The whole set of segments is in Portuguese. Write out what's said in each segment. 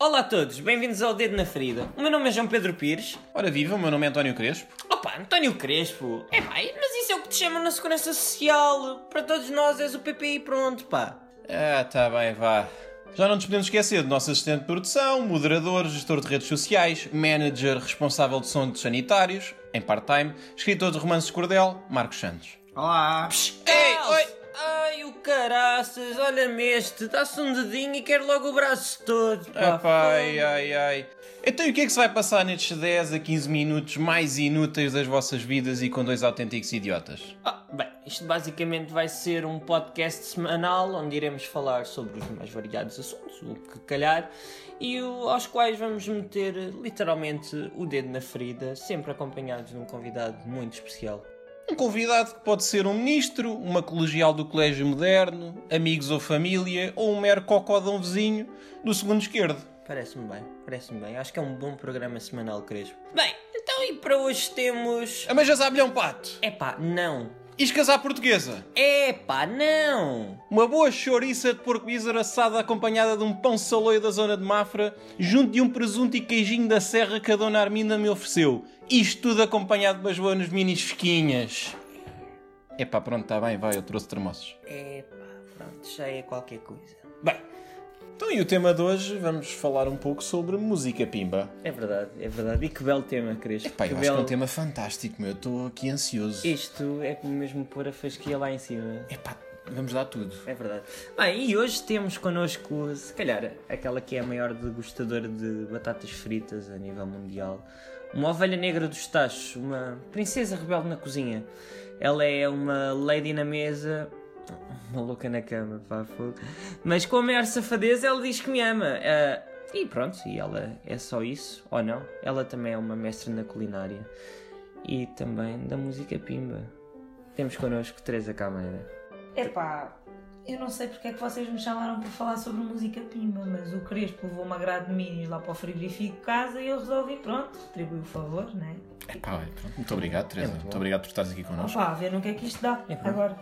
Olá a todos, bem-vindos ao Dedo na Ferida. O meu nome é João Pedro Pires. Ora viva, o meu nome é António Crespo. Opa, António Crespo. É pá, mas isso é o que te chamam na Segurança Social. Para todos nós és o PPI pronto, pá. Ah, tá bem, vá. Já não nos podemos esquecer do nosso assistente de produção, moderador, gestor de redes sociais, manager responsável de som dos sanitários, em part-time, escritor de romances de cordel, Marcos Santos. Olá! Ei, oi. Ai, o caraças, olha-me este. Dá-se um dedinho e quer logo o braço todo, pá. Ai, ai, ai. Então e o que é que se vai passar nestes 10 a 15 minutos mais inúteis das vossas vidas e com dois autênticos idiotas? Ah, bem, isto basicamente vai ser um podcast semanal onde iremos falar sobre os mais variados assuntos, o que calhar, e o- aos quais vamos meter literalmente o dedo na ferida, sempre acompanhados de um convidado muito especial. Um convidado que pode ser um ministro, uma colegial do colégio moderno, amigos ou família, ou um mero cocó de um vizinho do segundo esquerdo. Parece-me bem, parece-me bem. Acho que é um bom programa semanal, Crespo. Bem, então e para hoje temos. Ameijas à bilhão é um pato. Epá, não! Iscas à portuguesa. Epá, não! Uma boa chouriça de porco mísero assada acompanhada de um pão saloio da zona de Mafra, junto de um presunto e queijinho da serra que a dona Arminda me ofereceu. Isto tudo acompanhado de umas boas minis fresquinhas. Epá, pronto, está bem, vai, eu trouxe termossos. Epá, pronto, já é qualquer coisa. Bem, então e o tema de hoje? Vamos falar um pouco sobre música pimba. É verdade, é verdade. E que belo tema, Crespo. Epá, eu acho que é belo um tema fantástico, meu. Eu estou aqui ansioso. Isto é como mesmo pôr a fasquia lá em cima. Epá, vamos dar tudo. É verdade. Bem, e hoje temos connosco, se calhar, aquela que é a maior degustadora de batatas fritas a nível mundial. Uma ovelha negra dos tachos, uma princesa rebelde na cozinha. Ela é uma lady na mesa, uma louca na cama, pá, fogo. Mas com a maior safadeza ela diz que me ama. Ah, e pronto, e ela é só isso, ou não? Ela também é uma mestra na culinária. E também da música pimba. Temos connosco Teresa Calmeira. Epá, eu não sei porque é que vocês me chamaram para falar sobre música pimba, mas o Crespo levou uma grade de minis lá para o frigorífico de casa e eu resolvi, pronto, retribuir o favor, né? Epá, olha, pronto. muito obrigado, Teresa. É muito obrigado por estares aqui connosco. Opa, a ver no que é que isto dá agora.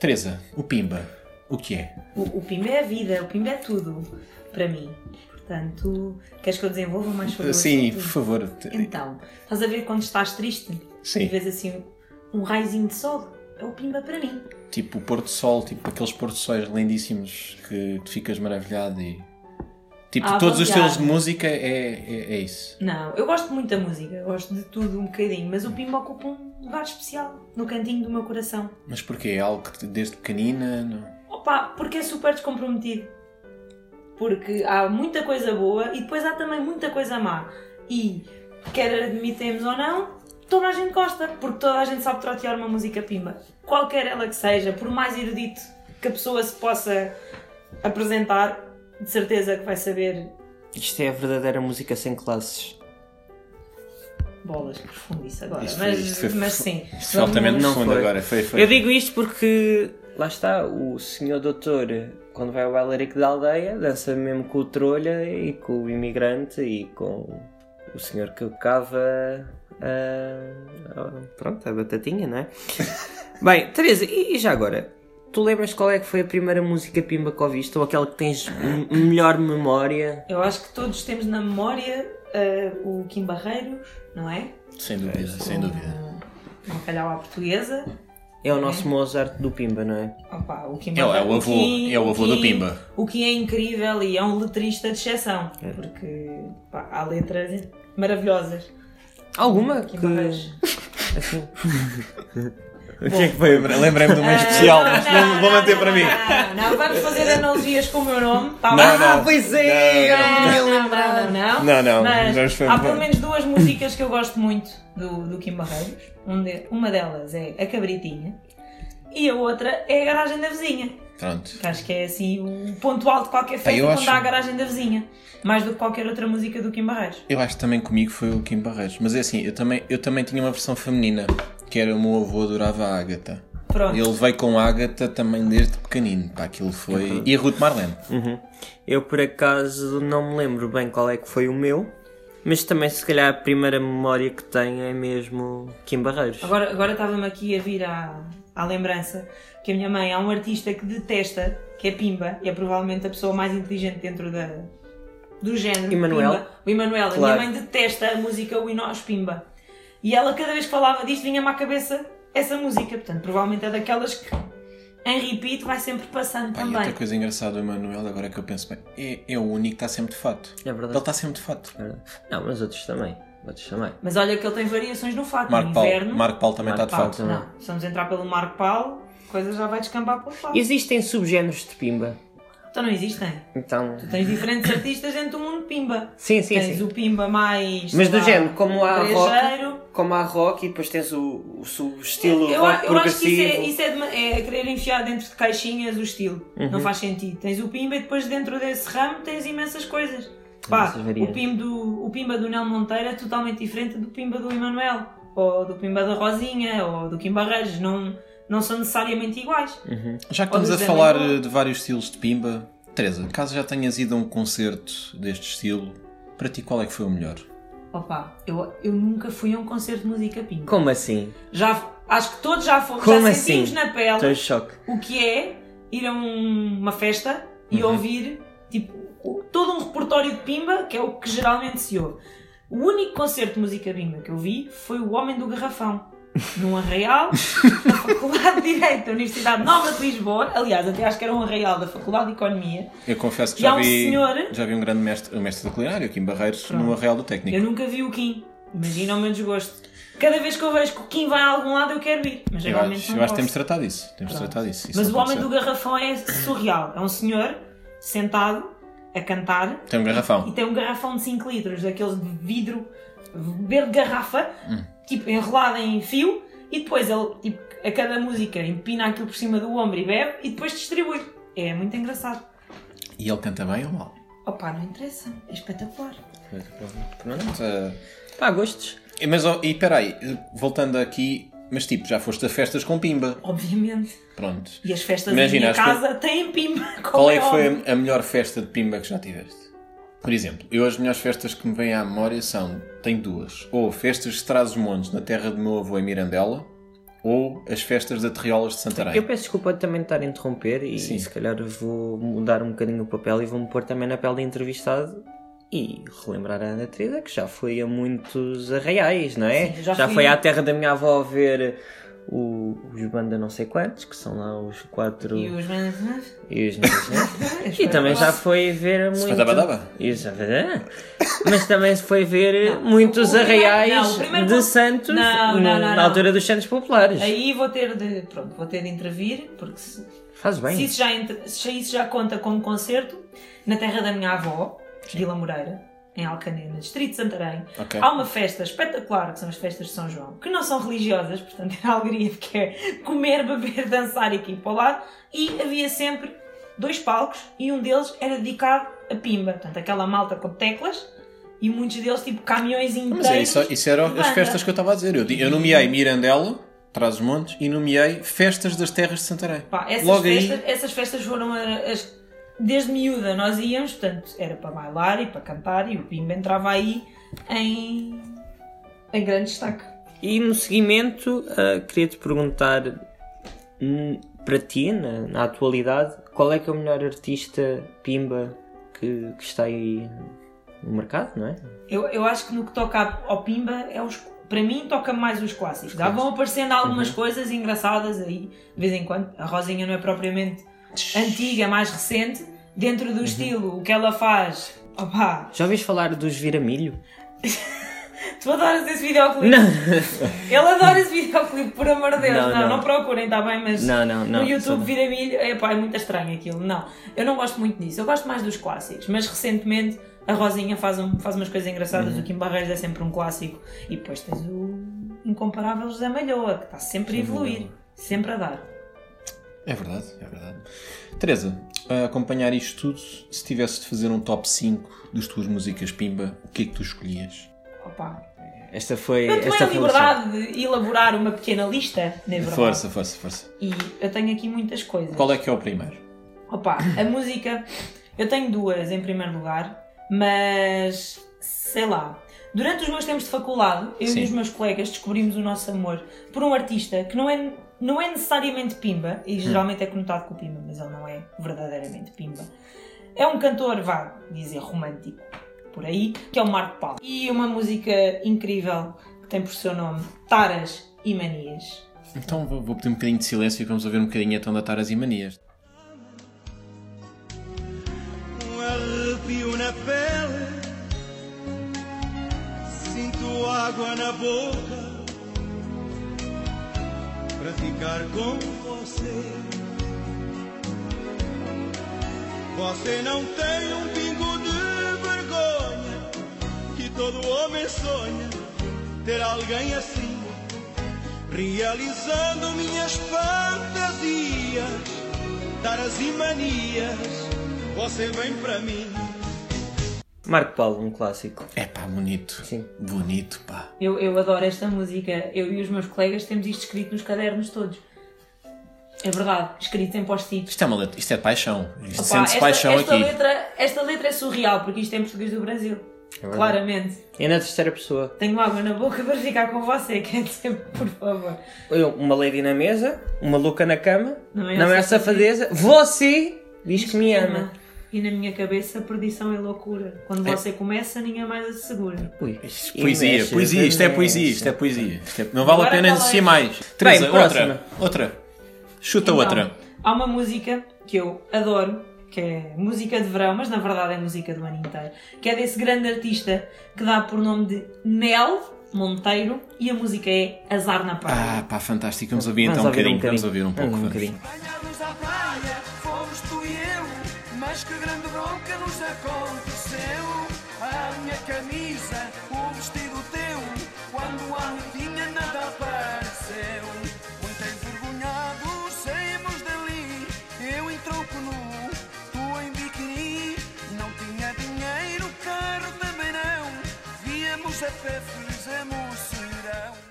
Teresa, o pimba, o que é? O, o pimba é a vida, o pimba é tudo para mim. Portanto, queres que eu desenvolva mais sobre o Sim, por assunto? favor. Então, estás a ver quando estás triste e Sim, vês assim um raizinho de sol? É o pimba para mim. tipo o Porto Sol, tipo aqueles Porto Sóis lindíssimos que tu ficas maravilhado e. Tipo, Ah, todos os avaliar. estilos de música é, é, é isso. Não, eu gosto muito da música, eu gosto de tudo um bocadinho, mas o Pimba ocupa um lugar especial no cantinho do meu coração. Mas porquê? É algo que te- desde pequenina. não- Opa, porque é super descomprometido. Porque há muita coisa boa e depois há também muita coisa má. E, quer admitemos ou não, toda a gente gosta, porque toda a gente sabe trotear uma música Pimba. Qualquer ela que seja, por mais erudito que a pessoa se possa apresentar, de certeza que vai saber Isto é a verdadeira música sem classes. bolas profundo isso agora. Isto foi- mas, isto foi- mas sim. Isto foi altamente não profundo foi. agora. Foi, foi. Eu digo isto porque lá está, o senhor doutor, quando vai ao bailarico da aldeia, dança mesmo com o trolha e com o imigrante e com o senhor que cava. ah, ah, pronto, a batatinha, não é? Bem, Teresa, e, e já agora? Tu lembras qual é que foi a primeira música pimba que ouviste ou aquela que tens m- melhor memória? Eu acho que todos temos na memória eh, o Kim Barreiros, não é? Sem dúvida, sem dúvida. Não calhau à portuguesa. É o nosso Mozart do pimba, não é? Opa, o Kim É, o- é o Barreiros- avô- Kim- é o avô do Kim- Pimba. É. O que é incrível e é um letrista de exceção, porque pá, há letras maravilhosas. Alguma que... Kim Barreiros. Assim... O que é que foi? Lembrei-me de uma em Ah, especial, não, mas não, não, vou não, manter Ah, não, para mim. Não, não, não, vamos fazer analogias com o meu nome. Tá Não, bom? não. pois é! Não, eu Ah, não me não, lembrava. não, não, Não, não, Mas nós fomos- há pelo menos duas músicas que eu gosto muito do, do Kim Barreiros. Um de- uma delas é A Cabritinha e a outra é A Garagem da Vizinha. Pronto. Que acho que é assim o ponto alto de qualquer festa Ah, eu quando acho- há a Garagem da Vizinha. Mais do que qualquer outra música do Kim Barreiros. Eu acho que também comigo foi o Kim Barreiros. Mas é assim, eu também, eu também tinha uma versão feminina, que era o meu avô adorava a Ágata. Pronto. Ele veio com a Ágata também desde pequenino. Pá, aquilo foi. E a Ruth Marlene. Uhum. Eu por acaso não me lembro bem qual é que foi o meu, mas também se calhar a primeira memória que tenho é mesmo Kim Barreiros. Agora, agora estava-me aqui a vir à, à lembrança que a minha mãe é um artista que detesta, que é Pimba, e é provavelmente a pessoa mais inteligente dentro da, do género. Emanuel. Pimba. O Emanuel. Claro. A minha mãe detesta a música O Inós Pimba. E ela, cada vez que falava disto, vinha-me à cabeça essa música. Portanto, provavelmente é daquelas que em repeat vai sempre passando Pá, e também. outra coisa engraçada do Emanuel, agora que eu penso bem, é, é o único que está sempre de fato. É Ele verdade. está sempre de fato. É verdade. Não, mas outros também. Outros também. Mas olha que ele tem variações no fato. Marco no Paulo, inverno. Marco Paulo também está Marco de Paulo fato. também. Não, se vamos entrar pelo Marco Paulo, a coisa já vai descambar para o Paulo. Existem subgéneros de pimba. Então não existem. Então. Tu tens diferentes artistas dentro do mundo de Pimba. Sim, sim, tens sim. o Pimba mais. sei Mas do lá, género, como há rock. brejeiro. Como há rock e depois tens o, o subestilo eu, rock eu acho que progressivo. isso, é, isso é, de ma- é querer enfiar dentro de caixinhas o estilo. Uhum. Não faz sentido. Tens o Pimba e depois dentro desse ramo tens imensas coisas. Pá, Imensas variantes. o, Pim do, o Pimba do Nel Monteiro é totalmente diferente do Pimba do Emanuel, ou do Pimba da Rosinha, ou do Kim Barreiros. Não, não são necessariamente iguais. Uhum. Já que estamos a Olha, falar Zé, eh, de vários estilos de pimba, Teresa, caso já tenhas ido a um concerto deste estilo, para ti qual é que foi o melhor? Opa, eu, eu nunca fui a um concerto de música Pimba. Como assim? Já, acho que todos já fomos, Como já assim? sentimos na pele Estou em choque. o que é ir a um- uma festa e Uhum. ouvir tipo, o- todo um repertório de Pimba, que é o que geralmente se ouve. O único concerto de música Pimba que eu vi foi o Homem do Garrafão, num arraial da Faculdade de Direito da Universidade Nova de Lisboa. Aliás, até acho que era um arraial da Faculdade de Economia. Eu confesso que E há já um vi, senhor- já vi um grande mestre, um mestre de culinário aqui em Barreiros, Pronto. no Arreal do Eu Técnico. nunca vi o Kim. Imagina o meu desgosto. Cada vez que eu vejo que o Kim vai a algum lado, eu quero ir. Mas Eu geralmente acho, não eu acho que posso. temos tratado isso. Temos Pronto. tratado isso. Isso Mas não o homem do aconteceu. garrafão é surreal. É um senhor sentado a cantar Tem um e garrafão. tem um garrafão de 5 litros, daqueles de vidro verde garrafa, Hum. tipo enrolado em fio, e depois ele, tipo, a cada música, empina aquilo por cima do ombro e bebe e depois distribui. É muito engraçado. E ele canta bem ou mal? Opa, não interessa, é espetacular. Pronto. eh, Pá, gostos. e- Mas, oh, e peraí, eh, voltando aqui, mas tipo, já foste a festas com pimba. Obviamente. Pronto. E as festas da Imagina, minha acho que- casa têm pimba. como Qual é que óbvio. foi a, a melhor festa de pimba que já tiveste? Por exemplo, eu as melhores festas que me vêm à memória são, tenho duas, ou festas de Trás-os-Montes na terra do meu avô em Mirandela, ou as festas de Terriolas de Santarém. Eu peço desculpa de também estar a interromper e Sim. se calhar vou mudar um bocadinho o papel e vou-me pôr também na pele de entrevistado e relembrar a Ana Teresa que já foi a muitos arraiais, não é? Sim, já fui- foi à terra da minha avó ver o- os banda não sei quantos, que são lá os quatro E os e os meus, né? E também já foi ver muito. Spadabadaba. Isso, é. Mas também se foi ver muitos arraiais Não, o primeiro de ponto- Santos Não, não, na, não, na não. altura dos Santos Populares. Aí vou ter de, pronto, vou ter de intervir, porque se, Faz bem. se isso já entra- se isso já conta como concerto, na terra da minha avó, Vila Moreira, em Alcané, no distrito de Santarém, Ok. há uma festa espetacular, que são as festas de São João, que não são religiosas, portanto era alegria, porque é comer, beber, dançar e aqui para o lado, e havia sempre dois palcos, e um deles era dedicado a Pimba, portanto aquela malta com teclas, e muitos deles tipo caminhões inteiros. Mas é isso, isso eram de as banda. festas que eu estava a dizer. Eu, di- eu nomeei Mirandela, Trás-os-Montes, e nomeei festas das terras de Santarém. Pá, essas, Logo aí- festas, essas festas foram a- as- desde miúda nós íamos, portanto, era para bailar e para cantar e o Pimba entrava aí em, em grande destaque. E no seguimento, ah, queria-te perguntar hum, para ti, na, na atualidade, qual é que é o melhor artista pimba que, que está aí no mercado, não é? Eu, eu acho que no que toca ao Pimba é os para mim toca mais os clássicos. Já vão aparecendo algumas coisas engraçadas aí, de vez em quando. A Rosinha não é propriamente antiga, é mais recente. Dentro do estilo, o que ela faz, opá, Já ouviste falar dos Viramilho? tu adoras esse videoclipe. Não, Ele adora esse videoclipe, por amor de Deus. Não, Não, não. não, procurem, está bem, mas não, não. não no YouTube sou- vira milho. Epá, é muito estranho aquilo. Não, eu não gosto muito disso. Eu gosto mais dos clássicos, mas recentemente a Rosinha faz, um- faz umas coisas engraçadas. Uhum. O Kim Barreiros é sempre um clássico. E depois tens o incomparável José Malhoa, que está sempre a evoluir, sempre a dar. É verdade, é verdade. Teresa, a acompanhar isto tudo, se tivesse de fazer um top 5 das tuas músicas pimba, o que é que tu escolhias? Opa. Esta foi. Eu tomei esta a foi um lição. liberdade de elaborar uma pequena lista, na É verdade. Força, força, força. E eu tenho aqui muitas coisas. Qual é que é o primeiro? Opa, a música. Eu tenho duas em primeiro lugar, mas sei lá. Durante os meus tempos de faculdade, eu Sim. e os meus colegas descobrimos o nosso amor por um artista que não é, não é necessariamente pimba, e geralmente é conotado com pimba, mas ele não é verdadeiramente pimba. É um cantor, vá dizer, romântico, por aí, que é o Marco Paulo. E uma música incrível que tem por seu nome Taras e Manias. Então vou, vou pedir um bocadinho de silêncio e vamos ouvir um bocadinho então da Taras e Manias. um arrepio na pele. Sinto água na boca para ficar com você. Você não tem um pingo de vergonha que todo homem sonha ter alguém assim. Realizando minhas fantasias, taras e manias, você vem para mim. Marco Paulo, um clássico. É pá, bonito. Sim. Bonito, pá. Eu, eu adoro esta música. Eu e os meus colegas temos isto escrito nos cadernos todos. É verdade, escrito em post-its. Isto é, uma letra, isto é paixão. Isto Opa, sente-se paixão esta aqui. Letra, esta letra é surreal, porque isto é em português do Brasil. verdade. Claramente. É na terceira pessoa. Tenho água na boca para ficar com você, quer dizer, por favor. Eu, uma lady na mesa, uma louca na cama, Não é na minha essa safadeza, você diz que me ama. E na minha cabeça, perdição e loucura. Quando É. você começa, ninguém mais a segura. Ui, e Poesia, mexe, poesia, isto é mexe. poesia, isto é poesia. Isto é- Não vale a Agora pena qual é? insistir mais. Teresa, próxima. outra, outra. Chuta Então, Então. outra. Há uma música que eu adoro, que é música de verão, mas na verdade é música do ano inteiro, que é desse grande artista que dá por nome de Nel Monteiro e a música é Azar na Praia. Ah, pá, fantástico. Vamos ouvir então um ouvir bocadinho. Vamos ouvir um pouco. Vamos vamos. bocadinho. Banhados à praia, fomos tu e eu, mas que grande bronca nos aconteceu. A minha camisa, o vestido teu, quando a nevinha nada apareceu. Muito envergonhados saímos dali, eu em tronco nu, tu em biquíni. Não tinha dinheiro, carro também não, víamos a pé, fizemos cirão.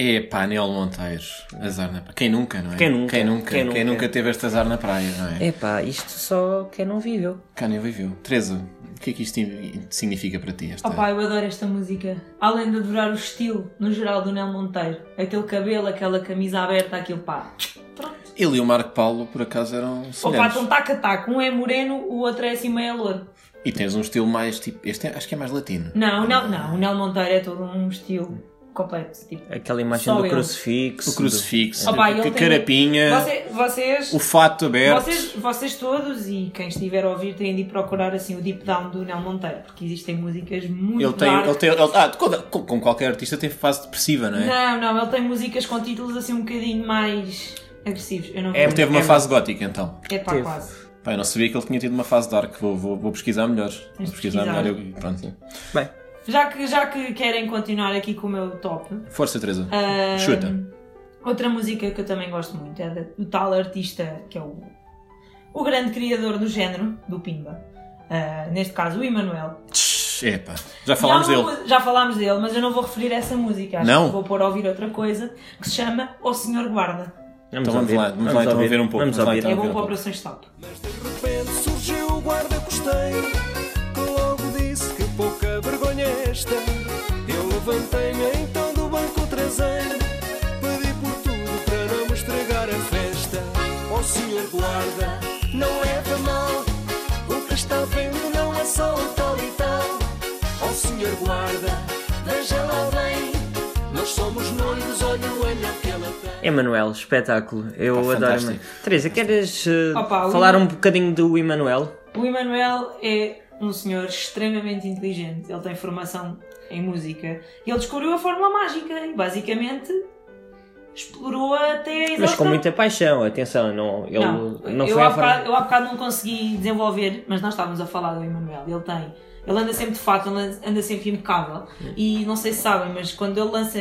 É pá, Neil Monteiro. Azar na praia. Quem nunca, não é? Quem nunca, Quem nunca, quem Quem nunca. nunca teve este azar na praia, não é? Epá, isto só quem não viveu. Cá nem viveu. Teresa, o que é que isto significa para ti? Esta? Opa, eu adoro esta música. Além de adorar o estilo, no geral, do Nel Monteiro. Aquele cabelo, aquela camisa aberta, aquele pá. Pronto. Ele e o Marco Paulo, por acaso, eram Opa, semelhantes. então taca-taca. Um é moreno, o outro é assim meio louro. E tens um estilo mais tipo. Este é- acho que é mais latino. Não, não, não. O Nel Monteiro é todo um estilo completo. Tipo, Aquela imagem Só do eu. crucifixo. O crucifixo, Opa, a ele tem- carapinha, Você- vocês, É. o fato aberto. vocês, vocês todos e quem estiver a ouvir têm de ir procurar assim o deep down do Nel Monteiro, porque existem músicas muito Ele tem, dark. ele tem, ele- ah, com, com- com qualquer artista tem fase depressiva, não é? Não, não, ele tem músicas com títulos assim um bocadinho mais agressivos. Eu não É Ele teve uma é- fase gótica então. É pá, teve. quase. Pá, eu não sabia que ele tinha tido uma fase dark. Vou, vou, vou pesquisar melhor. Vou Tens de pesquisar pesquisar. melhor. Eu, pronto. Bem, Já que, já que querem continuar aqui com o meu top, Força, Teresa. Chuta. outra música que eu também gosto muito é da- do tal artista que é o, o grande criador do género, do Pimba. Ah, neste caso, o Emanuel. Tch, Epá, já falámos Já há uma dele. mu- Já falámos dele, mas eu não vou referir essa música. Acho Não? que vou pôr a ouvir outra coisa que se chama O Senhor Guarda. vamos, Então vamos ouvir. lá, vamos lá então ouvir. ver um pouco, Vamos vamos lá ouvir. então. é ouvir bom um pouco. para Operação Stop. Mas de repente surgiu o guarda costeiro Que logo disse que pouca vergonha é esta Eu levantei-me então do banco traseiro Pedi por tudo para não me estragar a festa Oh senhor guarda, não leva a mal O que está vendo não é só o tal e tal Oh senhor guarda, veja lá bem Nós somos noivos, olha o olho que ela tem Emanuel, espetáculo. Eu Pá, adoro. Tá fantástico. Emanuel. Teresa, queres eh, Opa, o falar Ema- um bocadinho do Emanuel? O Emanuel é um senhor extremamente inteligente. Ele tem formação em música. E ele descobriu a fórmula mágica e basicamente explorou até a Mas com exaustão. muita paixão, atenção. Não, ele não, eu, foi há a forma- bocado, eu há bocado não consegui desenvolver, mas nós estávamos a falar do Emanuel. Ele tem. Ele anda sempre de fato, ele anda sempre impecável. E não sei se sabem, mas quando ele lança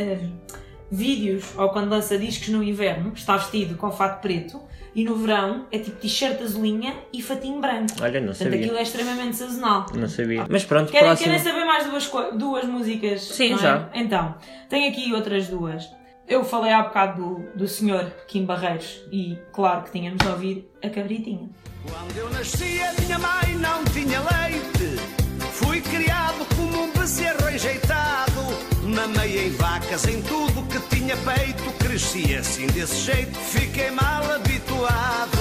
vídeos ou quando lança discos no inverno, está vestido com fato preto e no verão é tipo t-shirt azulinha e fatinho branco. Olha, não Portanto, sabia. aquilo é extremamente sazonal. Não sabia. Mas pronto, Querem, próximo. querem saber mais duas, co- duas músicas? Sim, não é? já. Então, tenho aqui outras duas. Eu falei há bocado do, do senhor Kim Barreiros e, claro, que tínhamos de ouvir a cabritinha. Quando eu nasci, a minha mãe não tinha leite. Fui criado como um bezerro rejeitado. Mamei em vacas, em tudo que tinha peito. Cresci assim desse jeito, fiquei mal habituado.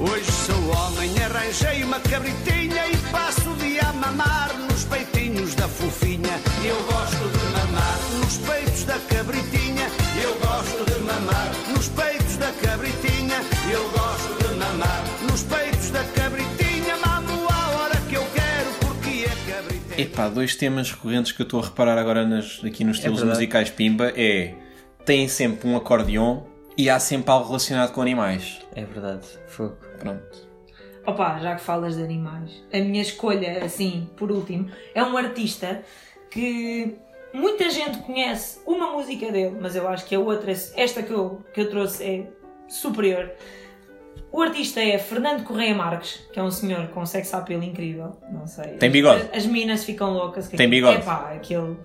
Hoje sou homem, arranjei uma cabritinha. mamar nos peitinhos da fofinha. Eu gosto de mamar nos peitos da cabritinha. Eu gosto de mamar nos peitos da cabritinha. Eu gosto de mamar nos peitos da cabritinha. Mamo à hora que eu quero porque a cabrita é Epá, dois temas recorrentes que eu estou a reparar agora nas- aqui nos estilos É verdade. musicais Pimba é tem sempre um acordeon e há sempre algo relacionado com animais. É verdade, fogo. Pronto. Opa, já que falas de animais, a minha escolha, assim, por último, é um artista que muita gente conhece uma música dele, mas eu acho que a outra, esta que eu, que eu trouxe, é superior. O artista é Fernando Correia Marques, que é um senhor com sex appeal incrível, não sei. Tem bigode. As minas ficam loucas. que Tem aquilo- bigode. Epá, aquele...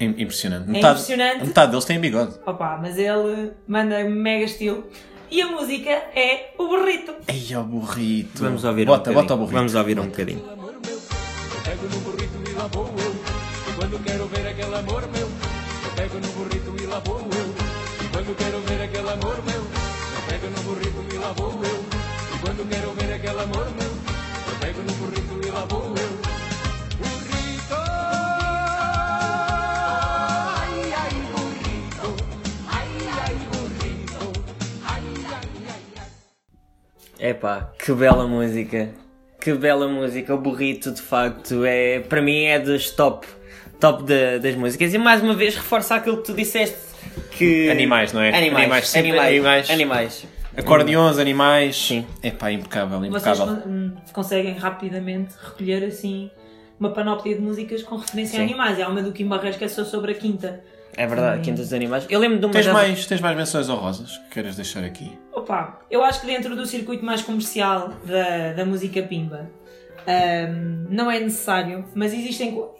Im- Impressionante. É impressionante. Metade deles tem bigode. Opa, mas ele manda mega estilo. E a música é o burrito. Ei, ó burrito. Vamos ouvir bota, um bocadinho. bota o burrito. Vamos ouvir um bocadinho. Pego no burrito e lá vou eu. Quando quero ver aquele amor meu, eu pego no burrito e lá vou eu. E quando quero ver aquele amor meu, eu pego no burrito e lá vou eu. E quando quero ver aquele amor meu, eu pego no burrito e lá vou eu. Burrito, ai ai burrito, ai ai burrito, ai ai ai. ai. Epá, que bela música. Que bela música. O burrito, de facto, é para mim é das top, top da- das músicas. E mais uma vez reforça aquilo que tu disseste. Que... Animais, não é? Animais. Animais, sempre animais. animais. animais. Acordeões, animais. Sim. Epá, impecável, Vocês impecável. con- hum, conseguem rapidamente recolher assim uma panóplia de músicas com referência a Sim. animais. E há uma do Kim Barreiros que é só sobre a quinta. É verdade, Quinta dos Animais. Eu lembro de uma Tens das- mais, tens mais menções honrosas que queiras deixar aqui? Opa, eu acho que dentro do circuito mais comercial da, da música pimba hum, não é necessário, mas existem. co-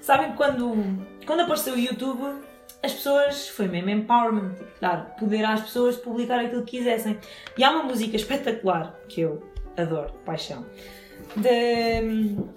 Sabem que quando, quando apareceu o YouTube, as pessoas. Foi mesmo empowerment tipo, dar poder às pessoas publicar aquilo que quisessem. E há uma música espetacular que eu adoro, de paixão, de, hum,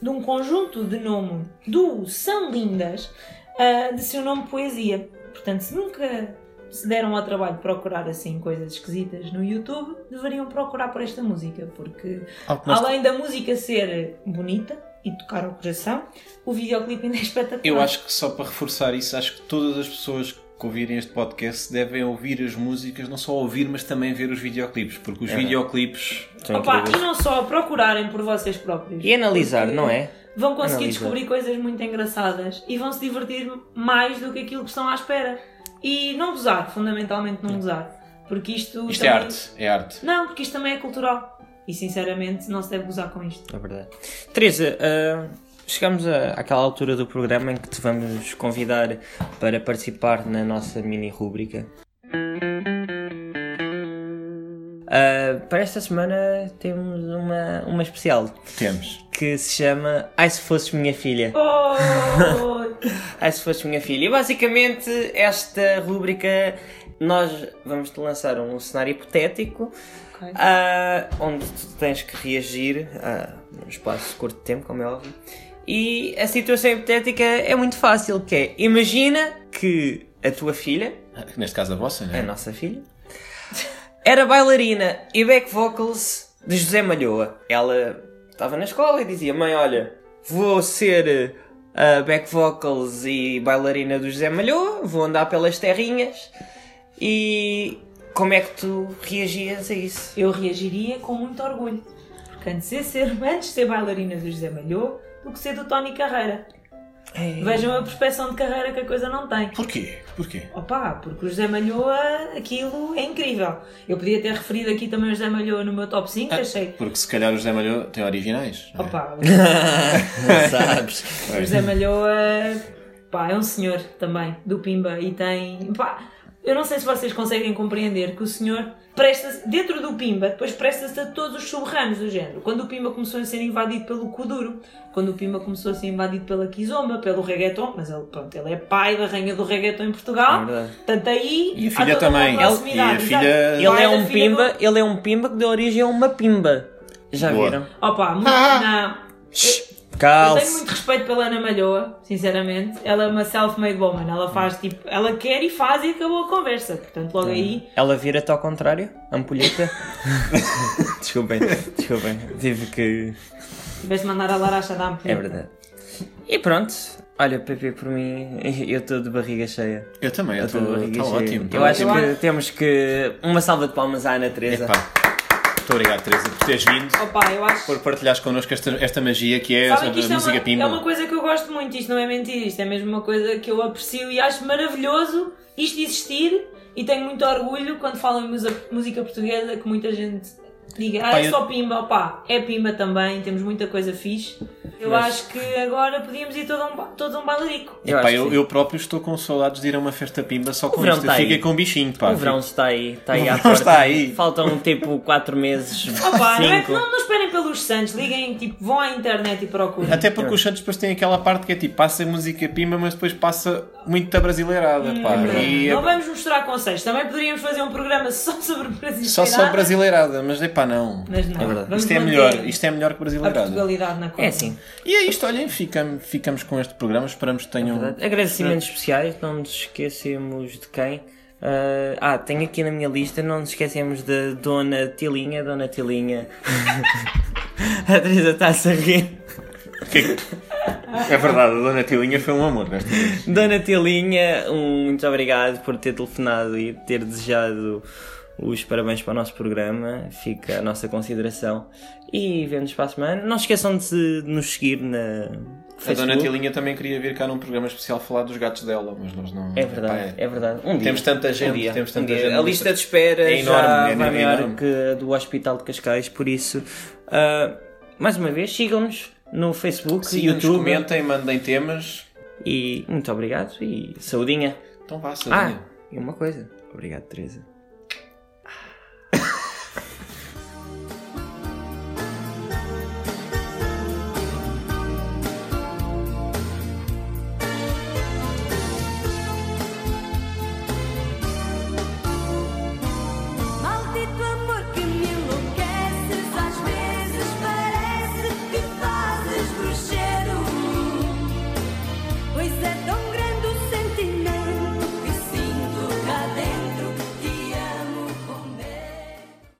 de um conjunto de nome do São Lindas, ah, de seu nome Poesia. Portanto, se nunca se deram ao trabalho de procurar assim coisas esquisitas no YouTube, deveriam procurar por esta música, porque Algo que nós- além da música ser bonita e tocar ao coração, o videoclipe ainda é espetacular. Eu acho que só para reforçar isso, acho que todas as pessoas que ouvirem este podcast devem ouvir as músicas, não só ouvir, mas também ver os videoclipes, porque os videoclipes São Opa, e incríveis. não só procurarem por vocês próprios. E analisar, Porque não é? Vão conseguir Analisar. descobrir coisas muito engraçadas e vão se divertir mais do que aquilo que estão à espera. E não gozar, fundamentalmente não gozar. Porque isto. Isto é também- arte, é arte. Não, porque isto também é cultural. E sinceramente não se deve gozar com isto. É verdade. Teresa, ah, chegamos a- àquela altura do programa em que te vamos convidar para participar na nossa mini rúbrica. Ah, para esta semana temos uma, uma especial Temos. que se chama Ai se fosses minha filha. Oh! Ai se fosses minha filha. E basicamente esta rúbrica nós vamos te lançar um cenário hipotético Ok. Ah, onde tu tens que reagir a um espaço curto de tempo, como é óbvio. E a situação hipotética é muito fácil, que é, imagina que a tua filha, Neste caso a vossa, não a é? nossa filha, era bailarina e back vocals de José Malhoa. Ela estava na escola e dizia, mãe, olha, vou ser ah, back vocals e bailarina do José Malhoa, vou andar pelas terrinhas e... Como é que tu reagias a isso? Eu reagiria com muito orgulho, porque antes de ser, antes de ser bailarina do José Malhô do que ser do Tony Carreira. Ei. Vejam a prospeção de carreira que a coisa não tem. Porquê? Porquê? Opa, porque o José Malhoa, aquilo é incrível. Eu podia ter referido aqui também o José Malhoa no meu top 5, achei. Porque se calhar o José Malhô tem originais. não é? Opa, sabes? o José Malhoa pá, é um senhor também, do Pimba, e tem. Pá, eu não sei se vocês conseguem compreender que o senhor presta-se, dentro do Pimba, depois presta-se a todos os subramos do género. Quando o Pimba começou a ser invadido pelo Kuduro, quando o Pimba começou a ser invadido pela Kizomba, pelo reggaeton, mas ele, pronto, ele é pai da rainha do reggaeton em Portugal. É verdade. Portanto, aí. E a há filha toda uma também. Ele- proximidade, e a exato. filha- Ele Pai é da um filha do- pimba, ele é um pimba que deu origem a uma pimba. Já Boa. viram? Opa, muito, não. Eu tenho Calce. muito respeito pela Ana Malhoa, sinceramente. Ela é uma self-made woman. Ela Hum. faz tipo. Ela quer e faz e acabou a conversa. Portanto, logo aí. Ela vira-te ao contrário? Ampulheta? desculpem, desculpem. Tive que. Tiveste de mandar a Laracha dar-me. É verdade. E pronto. Olha, Pepe, por mim, eu estou de barriga cheia. Eu também, eu Eu estou estou de barriga cheia. Então, tá ótimo. eu acho ótimo. que temos que. Uma salva de palmas à Ana Teresa. Epá, Muito obrigado, Teresa, por teres vindo, Opa, eu acho. por partilhares connosco esta, esta magia que é Sabem a que isto é música uma, pimba. é uma coisa que eu gosto muito, isto não é mentira, isto é mesmo uma coisa que eu aprecio e acho maravilhoso isto existir e tenho muito orgulho quando falo em musa- música portuguesa que muita gente diga, ah, Pá, é eu- só pimba, opá, é pimba também, temos muita coisa fixe. Eu acho que agora podíamos ir todo a um, ba- todos a um bailarico. Eu Epá, acho eu, que sim. eu próprio estou com saudades de ir a uma festa pimba só com verão isto. tá aí. Fica com um bichinho, pá. O verão está aí, está aí O à verão porta. está aí. Faltam tipo 4 meses. Opá, não, é, cinco. não, não esperem pelos Santos, liguem, tipo, vão à internet e procurem. Até porque os Santos depois têm aquela parte que é tipo, passa música pimba, mas depois passa muita brasileirada, pá. E Hum, Não é vamos mostrar conselhos, também poderíamos fazer um programa só sobre brasileirada. só sobre brasileirada, mas é pá, não. Mas não, vamos Isto é manter melhor, isto é melhor que a brasileirada. Portugalidade na coisa. É assim. E é isto, olhem, ficam- ficamos com este programa, esperamos que tenham. É Verdade. Agradecimentos especiais, não nos esquecemos de quem. Ah, ah, tenho aqui na minha lista, não nos esquecemos da Dona Tilinha, Dona Tilinha. a Teresa está-se a rir. É verdade, a Dona Tilinha foi um amor nesta vez. Dona Tilinha, um muito obrigado por ter telefonado e ter desejado os parabéns para o nosso programa. Fica a nossa consideração. E vemos para a semana. Não se esqueçam de, se- de nos seguir na A Facebook. Dona Tilinha também queria vir cá num programa especial falar dos gatos dela, mas nós não. É verdade, Epá, é verdade. Um dia. Temos tanta gente, um dia, temos um tanta dia. gente. A lista de espera É enorme, já é vai maior enorme. que a do Hospital de Cascais, por isso, ah, mais uma vez, sigam-nos no Facebook, Sigam-nos, YouTube comentem, mandem temas. e muito obrigado e saudinha. Então vá, Ah, Sadinha. e uma coisa. Obrigado, Teresa. Maldito amor que me enlouqueces, às vezes parece que fazes bruxeiro. Pois é tão